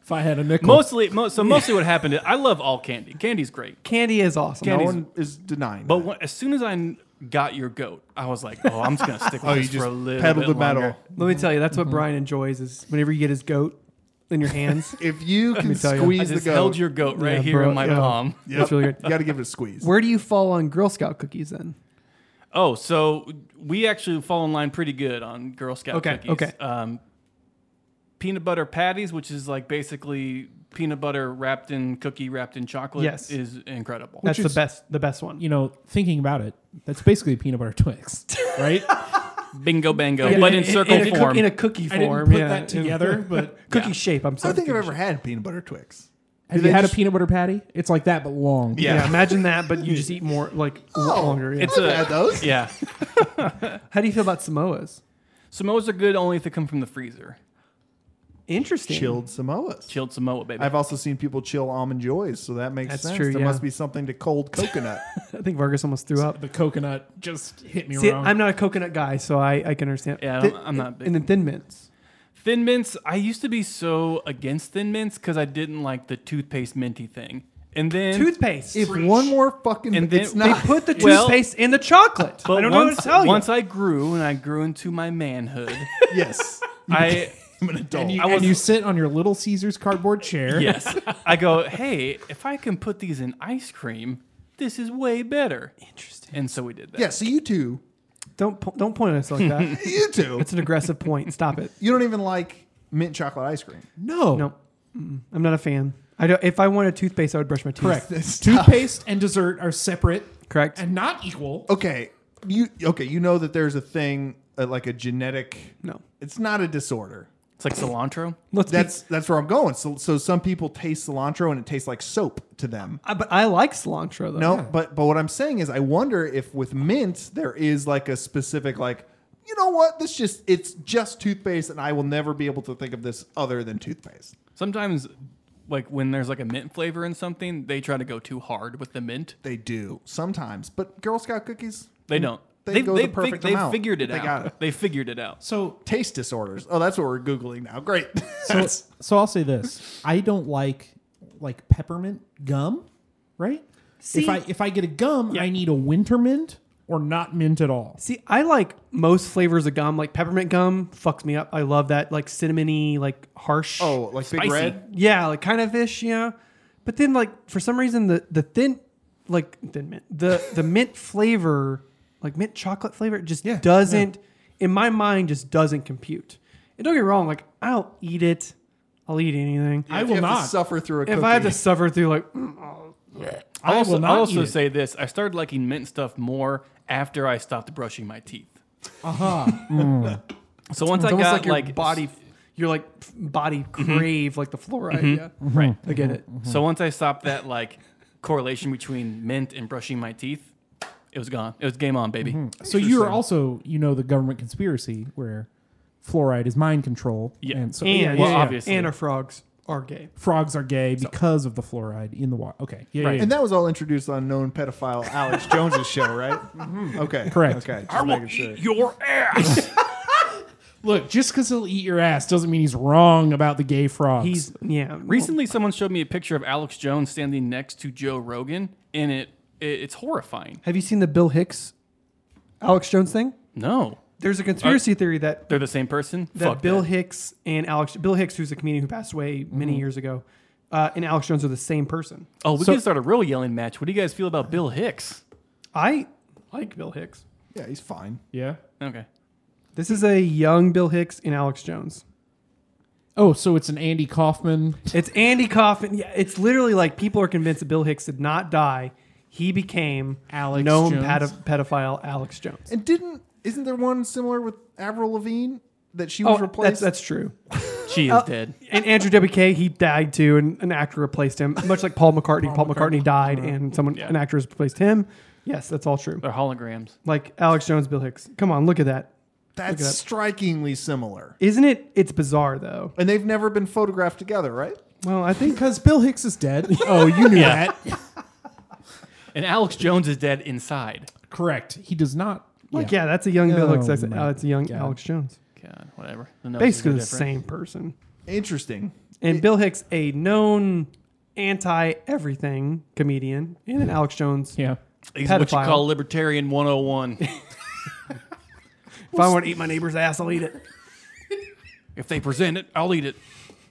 Speaker 4: if I had a nickel,
Speaker 5: Mostly, mo- so mostly what happened is I love all candy. Candy's great.
Speaker 2: Candy is awesome.
Speaker 3: No
Speaker 5: Candy's-
Speaker 3: one is denying.
Speaker 5: But
Speaker 3: that.
Speaker 5: when, as soon as I n- got your goat, I was like, oh, I'm just gonna stick with
Speaker 3: oh, you
Speaker 5: this
Speaker 3: just
Speaker 5: for a little
Speaker 3: pedal
Speaker 5: bit
Speaker 3: to metal.
Speaker 5: longer.
Speaker 2: Let me tell you, that's what Brian enjoys is whenever you get his goat in your hands.
Speaker 3: If you can
Speaker 2: tell you.
Speaker 5: I
Speaker 3: squeeze the
Speaker 5: just
Speaker 3: goat,
Speaker 5: held your goat right
Speaker 2: Yeah,
Speaker 5: here
Speaker 2: bro,
Speaker 5: in my
Speaker 2: yeah.
Speaker 5: palm.
Speaker 2: That's really good.
Speaker 3: you got to give it a squeeze.
Speaker 2: Where do you fall on Girl Scout cookies then?
Speaker 5: Oh, so we actually fall in line pretty good on Girl Scout
Speaker 2: Okay,
Speaker 5: cookies.
Speaker 2: okay.
Speaker 5: Um, peanut butter patties, which is like basically peanut butter wrapped in cookie wrapped in chocolate,
Speaker 2: Yes.
Speaker 5: is incredible.
Speaker 2: That's the
Speaker 4: is-
Speaker 2: best, the best one.
Speaker 4: you know, thinking about it, that's basically peanut butter Twix, right?
Speaker 5: Bingo bango, but in circle
Speaker 2: a cook-
Speaker 5: form.
Speaker 2: in a cookie
Speaker 4: I
Speaker 2: form.
Speaker 4: didn't put
Speaker 2: yeah.
Speaker 4: that together, but
Speaker 2: cookie shape. I'm sorry.
Speaker 3: I don't think I've ever had peanut butter Twix.
Speaker 4: have
Speaker 3: they
Speaker 4: you had
Speaker 3: just-
Speaker 4: a peanut butter patty? It's like that, but long.
Speaker 5: yeah.
Speaker 2: Yeah. imagine that, but you just eat more, like
Speaker 3: Oh.
Speaker 2: longer. Yeah.
Speaker 5: It's a,
Speaker 3: I've had those.
Speaker 5: Yeah.
Speaker 2: How do you feel about Samoas?
Speaker 5: Samoas are good only if they come from the freezer.
Speaker 2: Interesting.
Speaker 3: Chilled Samoas.
Speaker 5: Chilled Samoa, baby.
Speaker 3: I've also seen people chill almond joys, so that makes
Speaker 2: That's
Speaker 3: sense.
Speaker 2: true,
Speaker 3: there
Speaker 2: yeah.
Speaker 3: must be something to cold coconut.
Speaker 2: I think Vargas almost threw up.
Speaker 4: The coconut just hit me
Speaker 2: See,
Speaker 4: wrong.
Speaker 2: I'm not a coconut guy, so I, I can understand.
Speaker 5: Yeah, I
Speaker 2: Thi-
Speaker 5: don't- I'm not big.
Speaker 2: And then Thin Mints.
Speaker 5: Thin mints. I used to be so against thin mints because I didn't like the toothpaste minty thing. And then
Speaker 2: Toothpaste.
Speaker 3: if one more fucking,
Speaker 5: And then-
Speaker 3: it's
Speaker 2: they
Speaker 3: not.
Speaker 2: put the
Speaker 5: Well-
Speaker 2: toothpaste in the chocolate.
Speaker 5: But
Speaker 2: I don't know
Speaker 5: once,
Speaker 2: what to tell you.
Speaker 5: once I grew and I grew into my manhood,
Speaker 3: yes,
Speaker 5: I
Speaker 3: I'm an adult.
Speaker 4: And you,
Speaker 5: I was-
Speaker 4: and you sit on your little Caesars cardboard chair.
Speaker 5: Yes. I go, hey, if I can put these in ice cream, this is way better. Interesting. And so we did that.
Speaker 3: yeah, so you two,
Speaker 2: Don't po- don't point at us like that.
Speaker 3: you two,
Speaker 2: It's an aggressive point. Stop it.
Speaker 3: you don't even like mint chocolate ice cream.
Speaker 4: No.
Speaker 2: No, Mm-mm. I'm not a fan. I don't. If I wanted toothpaste, I would brush my teeth.
Speaker 4: Correct.
Speaker 3: It's tough.
Speaker 4: Toothpaste and dessert are separate
Speaker 2: Correct.
Speaker 4: and not equal.
Speaker 3: Okay, you okay? You know that there's a thing uh, like a genetic.
Speaker 2: no.
Speaker 3: It's not a disorder.
Speaker 5: It's like cilantro.
Speaker 2: Let's be-
Speaker 3: That's that's where I'm going. So so some people taste cilantro and it tastes like soap to them.
Speaker 2: I- but I like cilantro though.
Speaker 3: No, but but what I'm saying is I wonder if with mint there is like a specific like you know what this just it's just toothpaste and I will never be able to think of this other than toothpaste.
Speaker 5: Sometimes, like when there's like a mint flavor in something, they try to go too hard with the mint.
Speaker 3: They do sometimes, but Girl Scout cookies
Speaker 5: They don't.
Speaker 3: Mm. They
Speaker 5: They've-
Speaker 3: go the
Speaker 5: they've fig-
Speaker 3: perfect
Speaker 5: they've
Speaker 3: amount.
Speaker 5: figured it
Speaker 3: They
Speaker 5: out.
Speaker 3: got it.
Speaker 5: They figured it out.
Speaker 4: So
Speaker 3: taste disorders. Oh, that's what we're googling now. Great.
Speaker 4: so, so I'll say this: I don't like like peppermint gum, right? if I if I get a gum, I need a winter mint or not mint at all.
Speaker 2: See, I like most flavors of gum. Like peppermint gum fucks me up. I love that like cinnamony, like harsh.
Speaker 3: oh, like
Speaker 5: Spicy.
Speaker 3: big red.
Speaker 2: Yeah, like kind of ish, you know. But then like for some reason the the thin like thin mint the the mint flavor like mint chocolate flavor just doesn't in my mind just doesn't compute. And don't get me wrong, like I'll eat it. I'll eat anything.
Speaker 4: I
Speaker 3: If
Speaker 4: will
Speaker 3: you have
Speaker 4: not.
Speaker 3: to suffer through a
Speaker 2: if I had to
Speaker 3: cookie.
Speaker 2: suffer through like
Speaker 5: I also,
Speaker 4: will not
Speaker 5: I also
Speaker 4: eat it.
Speaker 5: say this: I started liking mint stuff more after I stopped brushing my teeth. Uh huh. so once I
Speaker 2: almost like
Speaker 5: got like,
Speaker 2: your body your like f- body crave like the fluoride, yeah.
Speaker 4: Mm-hmm.
Speaker 2: Right. I get it.
Speaker 5: so once I stopped that like correlation between mint and brushing my teeth, it was gone. It was game on, baby.
Speaker 4: So you're also you know the government conspiracy where fluoride is mind control.
Speaker 5: Yeah.
Speaker 4: and so
Speaker 2: And
Speaker 4: yeah,
Speaker 5: well,
Speaker 4: yeah, yeah.
Speaker 5: obviously.
Speaker 2: and our frogs are gay.
Speaker 4: frogs are gay because of the fluoride in the water. Okay, yeah, yeah,
Speaker 3: And that was all introduced on known pedophile Alex Jones's show, right? Okay.
Speaker 4: Correct.
Speaker 3: Okay. Just making sure.
Speaker 5: your ass.
Speaker 4: Look, just because he'll eat your ass doesn't mean he's wrong about the gay frogs.
Speaker 2: He's yeah.
Speaker 5: Recently, someone showed me a picture of Alex Jones standing next to Joe Rogan, and it, it it's horrifying.
Speaker 2: Have you seen the Bill Hicks Alex Jones thing?
Speaker 5: No,
Speaker 2: There's a conspiracy theory that
Speaker 5: they're the same person.
Speaker 2: that
Speaker 5: Fuck
Speaker 2: Bill
Speaker 5: that.
Speaker 2: Hicks and Alex Bill Hicks, who's a comedian who passed away many years ago, uh, and Alex Jones are the same person.
Speaker 5: Oh, we
Speaker 4: So-
Speaker 5: can start a real yelling match. What do you guys feel about Bill Hicks?
Speaker 2: I like Bill Hicks.
Speaker 3: Yeah, he's fine.
Speaker 4: yeah.
Speaker 5: Okay.
Speaker 2: This is a young Bill Hicks and Alex Jones.
Speaker 4: Oh, so it's an Andy Kaufman.
Speaker 2: It's Andy Kaufman. Yeah, it's literally like people are convinced that Bill Hicks did not die. He became
Speaker 4: Alex
Speaker 2: known
Speaker 4: Jones?
Speaker 2: pedo- pedophile Alex Jones.
Speaker 3: And didn't isn't there one similar with Avril Lavigne that she
Speaker 2: Oh,
Speaker 3: was
Speaker 2: that's,
Speaker 3: replaced?
Speaker 2: that's true.
Speaker 5: She is dead.
Speaker 2: And Andrew WK, he died too, and an actor replaced him. Much like Paul McCartney, Paul, McCartney, Uh-huh. died, and someone,
Speaker 5: Yeah.
Speaker 2: an actor has replaced him. Yes, that's all true.
Speaker 5: They're holograms.
Speaker 2: Like Alex Jones, Bill Hicks. Come on, look at that.
Speaker 3: That's
Speaker 2: Look it up.
Speaker 3: strikingly similar.
Speaker 2: Isn't it? It's bizarre though.
Speaker 3: And they've never been photographed together, right?
Speaker 2: Well, I think
Speaker 4: Because Bill Hicks is dead. Oh, you knew that.
Speaker 5: And Alex Jones is dead inside.
Speaker 4: Correct. He does not.
Speaker 2: like yeah, that's a young Bill Hicks.
Speaker 4: Oh,
Speaker 2: That's
Speaker 4: my
Speaker 2: oh, it's a young
Speaker 4: God.
Speaker 2: Alex Jones.
Speaker 5: God, whatever. The noses are
Speaker 2: Basically the
Speaker 5: different.
Speaker 2: same person.
Speaker 3: Interesting.
Speaker 2: And Bill Hicks, a known anti everything comedian, and then Alex Jones.
Speaker 4: Yeah.
Speaker 5: He's what you
Speaker 2: Pedophile.
Speaker 5: call libertarian 101.
Speaker 2: If I want to eat my neighbor's ass, I'll eat it.
Speaker 5: if they present it, I'll eat it.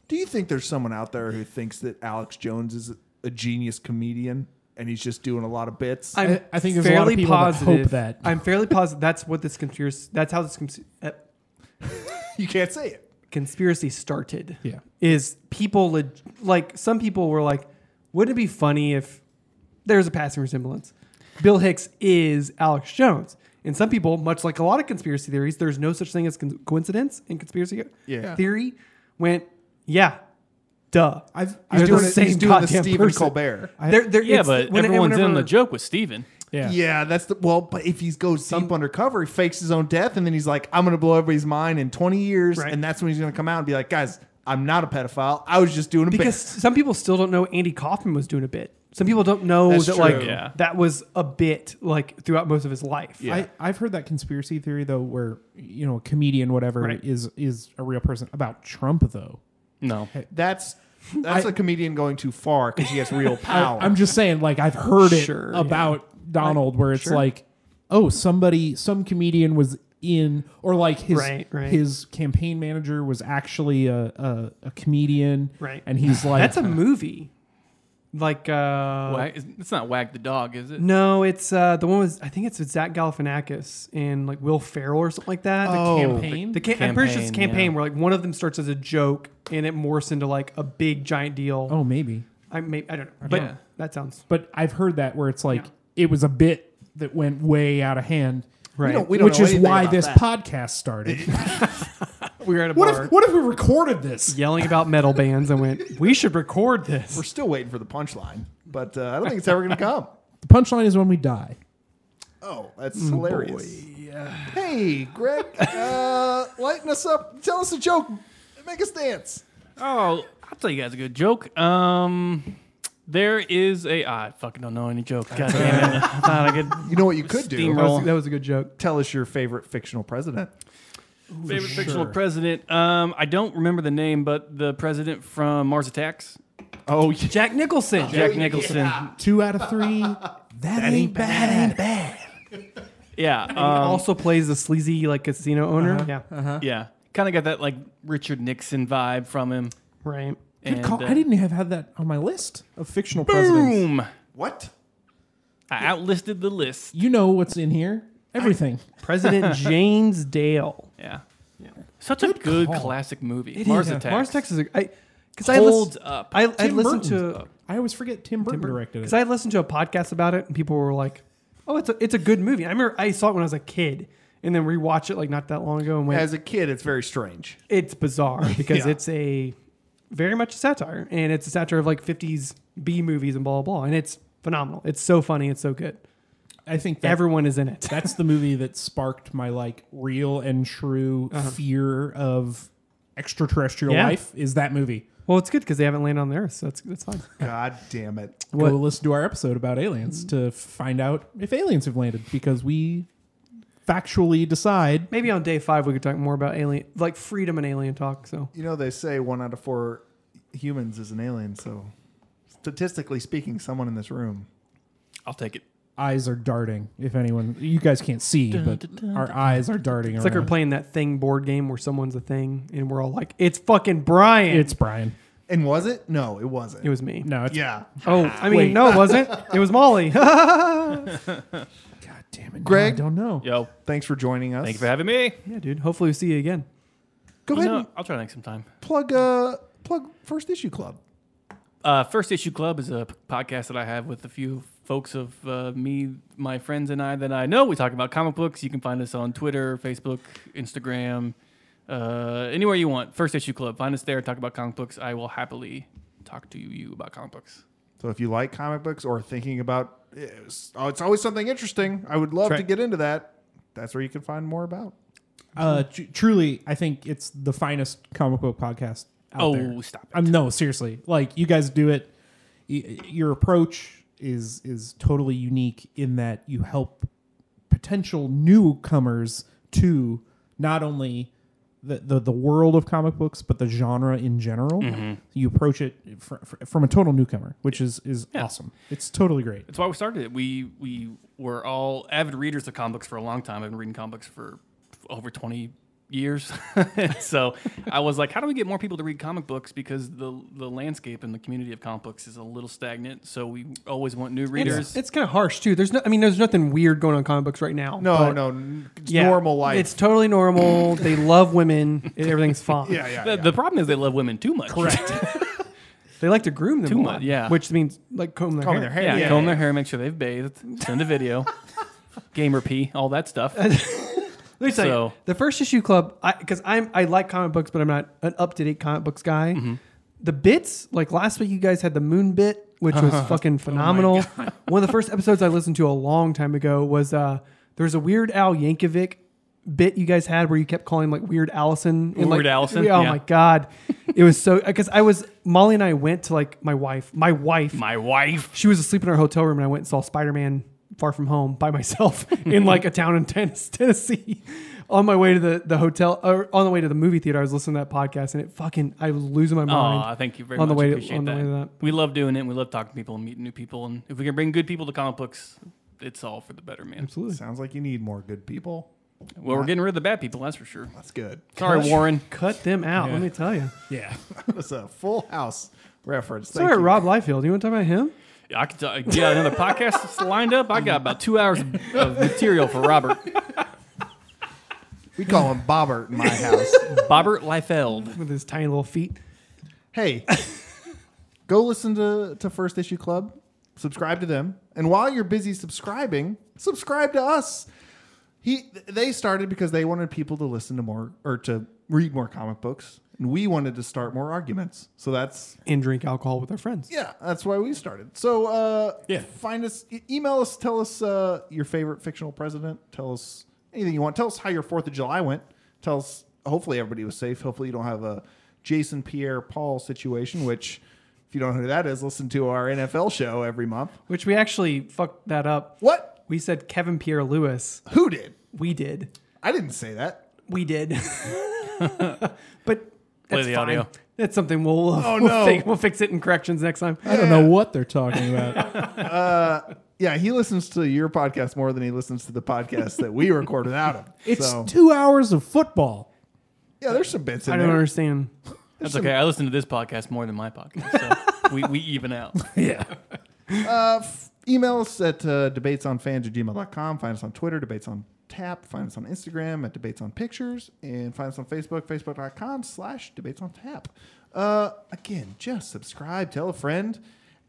Speaker 3: Do you think there's someone out there who thinks that Alex Jones is a genius comedian and he's just doing a lot of bits?
Speaker 2: I'm
Speaker 4: I- I think there's a lot of people that hope that.
Speaker 2: I'm fairly positive that's what this conspiracy. That's how this cons- uh,
Speaker 3: you can't say it.
Speaker 2: conspiracy started.
Speaker 4: Yeah.
Speaker 2: is people leg- like some people were like, wouldn't it be funny if there's a passing resemblance? Bill Hicks is Alex Jones, and some people, much like a lot of conspiracy theories, there's no such thing as con- coincidence in conspiracy
Speaker 3: Yeah.
Speaker 2: theory. Went, yeah, duh.
Speaker 4: I've,
Speaker 2: He's
Speaker 4: I've
Speaker 2: doing
Speaker 4: done
Speaker 2: it- same
Speaker 3: he's doing the
Speaker 2: goddamn
Speaker 3: Stephen
Speaker 2: person.
Speaker 3: Colbert.
Speaker 2: There- there-
Speaker 5: Yeah,
Speaker 2: it's-
Speaker 5: but
Speaker 2: when-
Speaker 5: everyone's in
Speaker 2: whenever-
Speaker 5: on the joke with Steven.
Speaker 4: Yeah.
Speaker 3: Yeah, that's the well. But if he goes deep undercover, he fakes his own death, and then he's like, "I'm gonna blow everybody's mind in 20 years,"
Speaker 2: Right.
Speaker 3: and that's when he's gonna come out and be like, "Guys, I'm not a pedophile. I was just doing a
Speaker 2: because
Speaker 3: bit."
Speaker 2: some people still don't know Andy Kaufman was doing a bit. Some people don't know
Speaker 3: That's
Speaker 2: that
Speaker 3: true.
Speaker 2: like
Speaker 5: Yeah.
Speaker 2: that was a bit like throughout most of his life.
Speaker 3: Yeah.
Speaker 4: I, I've heard that conspiracy theory though, where you know a comedian, whatever,
Speaker 2: Right.
Speaker 4: is is a real person about Trump though.
Speaker 5: No.
Speaker 3: That's that's a comedian going too far because he has real power.
Speaker 4: I'm just saying, like I've heard it
Speaker 2: Sure, yeah.
Speaker 4: about Donald, where it's like, oh, somebody, some comedian was in or like his
Speaker 2: Right, right.
Speaker 4: his campaign manager was actually a, a, a comedian
Speaker 2: Right.
Speaker 4: and he's like
Speaker 2: That's a movie. Like uh
Speaker 5: Wag- it's not Wag the Dog, is it?
Speaker 2: No, it's uh the one was I think it's with Zach Galifianakis and like Will Ferrell or something like that.
Speaker 4: "Oh, the campaign
Speaker 2: The ca- I'm pretty sure it's a Oh,
Speaker 5: Campaign,
Speaker 2: campaign
Speaker 5: yeah.
Speaker 2: where like one of them starts as a joke and it morphs into like a big giant deal.
Speaker 4: oh maybe
Speaker 2: I may I don't know, but
Speaker 5: But- Yeah.
Speaker 2: that sounds
Speaker 4: but I've heard that where it's like it was a bit that went way out of hand
Speaker 2: right.
Speaker 3: don't- we don't
Speaker 4: which
Speaker 3: know
Speaker 4: is
Speaker 3: anything
Speaker 4: why
Speaker 3: about
Speaker 4: this
Speaker 3: that.
Speaker 4: podcast started
Speaker 2: we were at a
Speaker 4: what
Speaker 2: bar
Speaker 4: if what if we recorded this
Speaker 2: yelling about metal bands and went, "We should record this."
Speaker 3: We're still waiting for the punchline, but uh, I don't think it's ever going to come.
Speaker 4: the punchline is when we die
Speaker 3: Oh, that's hilarious. Hey, Greg, uh, lighten us up. Tell us a joke. Make us dance.
Speaker 5: Oh, I'll tell you guys a good joke. Um, there is a ah, I fucking don't know any jokes. God damn it! I thought I could
Speaker 3: You know what you could do?
Speaker 5: Steamroll.
Speaker 2: That was, that was a good joke.
Speaker 3: Tell us your favorite fictional president.
Speaker 5: favorite fictional president. Um, I don't remember the name, but the president from Mars Attacks,
Speaker 3: Oh, yeah.
Speaker 2: Jack Nicholson.
Speaker 5: Jack Nicholson.
Speaker 4: two out of three that, ain't bad, ain't bad.
Speaker 5: Yeah, um,
Speaker 2: also plays the sleazy like casino owner. Yeah,
Speaker 5: yeah. Kind of got that like Richard Nixon vibe from him.
Speaker 2: right.
Speaker 4: Good
Speaker 5: And,
Speaker 4: call.
Speaker 5: uh,
Speaker 4: I didn't have had that on my list of fictional presidents.
Speaker 5: Boom!
Speaker 3: What?
Speaker 5: I outlisted the list.
Speaker 4: You know what's in here? Everything.
Speaker 2: President James Dale.
Speaker 5: Yeah, such a good classic movie. Mars Attacks.
Speaker 2: Mars Attacks is a because I
Speaker 5: holds
Speaker 2: listened.
Speaker 5: up.
Speaker 2: I, I
Speaker 4: Tim
Speaker 2: listened
Speaker 4: Burton's
Speaker 2: to
Speaker 4: I always forget Tim Burton directed
Speaker 2: because
Speaker 4: it.
Speaker 2: I listened to a podcast about it and people were like, "Oh, it's a it's a good movie." I remember I saw it when I was a kid and then rewatched it like not that long ago and went,
Speaker 3: As a kid, it's very strange.
Speaker 2: "It's bizarre because
Speaker 3: Yeah.
Speaker 2: it's a very much a satire and it's a satire of like '50s B movies and blah blah blah and it's phenomenal. It's so funny. It's so good.
Speaker 4: I think that,
Speaker 2: Everyone is in it.
Speaker 4: that's the movie that sparked my like real and true fear of extraterrestrial
Speaker 2: Uh-huh. Yeah.
Speaker 4: life is that movie.
Speaker 2: Well, it's good because they haven't landed on the Earth, so that's that's fine.
Speaker 3: God damn it.
Speaker 4: Go listen to our episode about aliens to find out if aliens have landed because we factually decide
Speaker 2: Maybe on day five we could talk more about alien, like freedom and alien talk. So
Speaker 3: You know, they say one out of four humans is an alien, so statistically speaking, someone in this room.
Speaker 5: I'll take it.
Speaker 4: eyes are darting. If anyone, you guys can't see, but our eyes are darting.
Speaker 2: it's like we're
Speaker 4: around.
Speaker 2: playing that thing board game where someone's a thing and we're all like, "It's fucking Brian."
Speaker 4: It's Brian.
Speaker 3: And was it? No, it wasn't.
Speaker 2: it was me.
Speaker 4: No, it's
Speaker 3: Yeah.
Speaker 2: Oh, I mean,
Speaker 4: Wait.
Speaker 2: no, it wasn't. It was Molly.
Speaker 4: God damn it,
Speaker 3: Greg?
Speaker 4: I don't know.
Speaker 5: Yo,
Speaker 3: Thanks for joining us.
Speaker 5: thank you for having me.
Speaker 2: yeah, dude. Hopefully, we see you again.
Speaker 3: Go
Speaker 5: You
Speaker 3: ahead
Speaker 5: know,
Speaker 3: and
Speaker 5: I'll try to make some time.
Speaker 3: plug, uh, plug First Issue Club.
Speaker 5: Uh, First Issue Club is a p- podcast that I have with a few folks of uh, me, my friends, and I that I know. We talk about comic books. You can find us on Twitter, Facebook, Instagram, uh, anywhere you want. First Issue Club. Find us there. Talk about comic books. I will happily talk to you about comic books.
Speaker 3: So if you like comic books or thinking about, it's, oh, it's always something interesting. I would love to get into that. That's where you can find more about.
Speaker 4: Uh, tr- truly, I think it's the finest comic book podcast out
Speaker 5: Oh,
Speaker 4: there.
Speaker 5: stop it.
Speaker 4: Um, no, seriously. Like you guys do it. Y- your approach is is totally unique in that you help potential newcomers to not only the, the, the world of comic books, but the genre in general.
Speaker 5: Mm-hmm.
Speaker 4: You approach it fr- fr- from a total newcomer, which is is awesome. It's totally great.
Speaker 5: That's why we started it. We we were all avid readers of comic books for a long time. I've been reading comic books for over twenty years. so I was like, how do we get more people to read comic books? Because the the landscape and the community of comic books is a little stagnant. So we always want new readers.
Speaker 2: It's, it's kind of harsh too. There's no, I mean, there's nothing weird going on in comic books right now.
Speaker 3: No,
Speaker 2: but-
Speaker 3: no, n- it's
Speaker 2: Yeah.
Speaker 3: normal life.
Speaker 2: It's totally normal. they love women. Everything's fine.
Speaker 3: yeah, yeah,
Speaker 5: the,
Speaker 3: yeah.
Speaker 5: the problem is they love women too much. Correct.
Speaker 2: They like to groom them
Speaker 5: Too
Speaker 2: a
Speaker 5: much,
Speaker 2: lot,
Speaker 5: yeah.
Speaker 2: Which means like comb their
Speaker 3: Combing
Speaker 2: hair.
Speaker 3: their hair.
Speaker 5: yeah, comb their hair, make sure they've bathed, send a video, gamer pee, all that stuff.
Speaker 2: Let me tell
Speaker 5: So-
Speaker 2: you, the first issue club, because I'm I like comic books, but I'm not an up to date comic books guy.
Speaker 5: Mm-hmm.
Speaker 2: The bits, like last week, you guys had the moon bit, which was
Speaker 5: Oh
Speaker 2: fucking phenomenal. One of the first episodes I listened to a long time ago was uh, there was a Weird Al Yankovic bit you guys had where you kept calling like Weird Allison. and, like,
Speaker 5: Weird Allison,
Speaker 2: Oh
Speaker 5: yeah.
Speaker 2: my god, it was so because I was Molly and I went to like my wife, my wife,
Speaker 5: My wife.
Speaker 2: she was asleep in our hotel room, and I went and saw Spider Man Far From Home by myself in like a town in Ten- Tennessee. On my way to the, the hotel, or on the way to the movie theater, I was listening to that podcast, and it fucking, I was losing my
Speaker 5: Aw,
Speaker 2: mind.
Speaker 5: thank you very
Speaker 2: on
Speaker 5: much.
Speaker 2: the way to-
Speaker 5: Appreciate
Speaker 2: on the
Speaker 5: that.
Speaker 2: way to that.
Speaker 5: We love doing it. and We love talking to people and meeting new people. And if we can bring good people to comic books, it's all for the better, man.
Speaker 2: Absolutely.
Speaker 3: Sounds like you need more good people.
Speaker 5: Well, we're getting rid of the bad people, that's for sure.
Speaker 3: That's good.
Speaker 5: Sorry, Warren.
Speaker 2: Cut them out. Let me tell you.
Speaker 4: Yeah.
Speaker 3: That's a Full House reference. Thank
Speaker 2: Sorry,
Speaker 3: you.
Speaker 2: Rob Liefeld. You want to talk about him?
Speaker 5: Yeah, I could t- yeah, another podcast that's lined up. I got about two hours of- of material for Robert.
Speaker 3: We call him Bobbert in my house.
Speaker 5: Bobbert Liefeld.
Speaker 2: With his tiny little feet.
Speaker 3: hey, go listen to, to First Issue Club. Subscribe to them. And while you're busy subscribing, subscribe to us. He they started because they wanted people to listen to more or to read more comic books. And we wanted to start more arguments. So that's
Speaker 2: And drink alcohol with their friends.
Speaker 3: yeah, that's why we started. So uh
Speaker 4: Yeah.
Speaker 3: find us e- email us, tell us uh your favorite fictional president, tell us anything you want. Tell us how your 4th of July went. Tell us hopefully everybody was safe. Hopefully you don't have a Jason Pierre-Paul situation which if you don't know who that is, listen to our NFL show every month.
Speaker 2: Which we actually fucked that up.
Speaker 3: What?
Speaker 2: We said Kevin Pierre Lewis.
Speaker 3: Who did?
Speaker 2: We did.
Speaker 3: I didn't say that.
Speaker 2: We did. but
Speaker 5: Play
Speaker 2: that's
Speaker 5: the
Speaker 2: fine.
Speaker 5: audio.
Speaker 2: That's something we'll, we'll,
Speaker 3: Oh,
Speaker 2: we'll
Speaker 3: no.
Speaker 2: fi- we'll fix it in corrections next time.
Speaker 4: I don't know what they're talking about.
Speaker 3: Yeah, he listens to your podcast more than he listens to the podcast that we record without him.
Speaker 4: It's
Speaker 3: so,
Speaker 4: two hours of football.
Speaker 3: yeah, there's some bits in
Speaker 2: I
Speaker 3: there.
Speaker 2: don't understand.
Speaker 5: That's okay. I listen to this podcast more than my podcast. So we, we even out.
Speaker 3: email us at uh, debatesonfans at gmail.com. Find us on Twitter, debates on tap. Find us on Instagram at debates on pictures. And find us on Facebook, facebook.com slash debates on tap. Uh, again, just subscribe, tell a friend.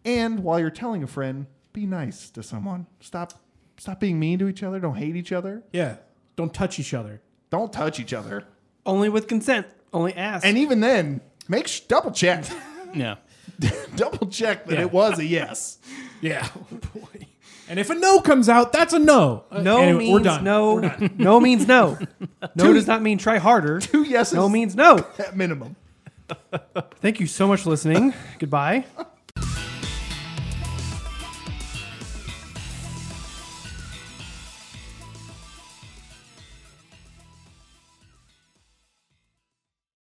Speaker 3: And while you're telling a friend, be nice to someone. Stop stop being mean to each other. Don't hate each other.
Speaker 4: Yeah. Don't touch each other.
Speaker 3: Don't touch each other.
Speaker 2: Only with consent. Only ask.
Speaker 3: And even then, make sh- double check.
Speaker 5: Yeah.
Speaker 3: double check that it was a yes.
Speaker 4: Yeah. And if a no comes out, that's a no. Uh,
Speaker 2: no
Speaker 4: anyway,
Speaker 2: means
Speaker 4: we're done.
Speaker 2: no. No means no. No does not mean try harder.
Speaker 3: Two yeses
Speaker 2: No means no.
Speaker 3: at minimum.
Speaker 2: Thank you so much for listening. Goodbye.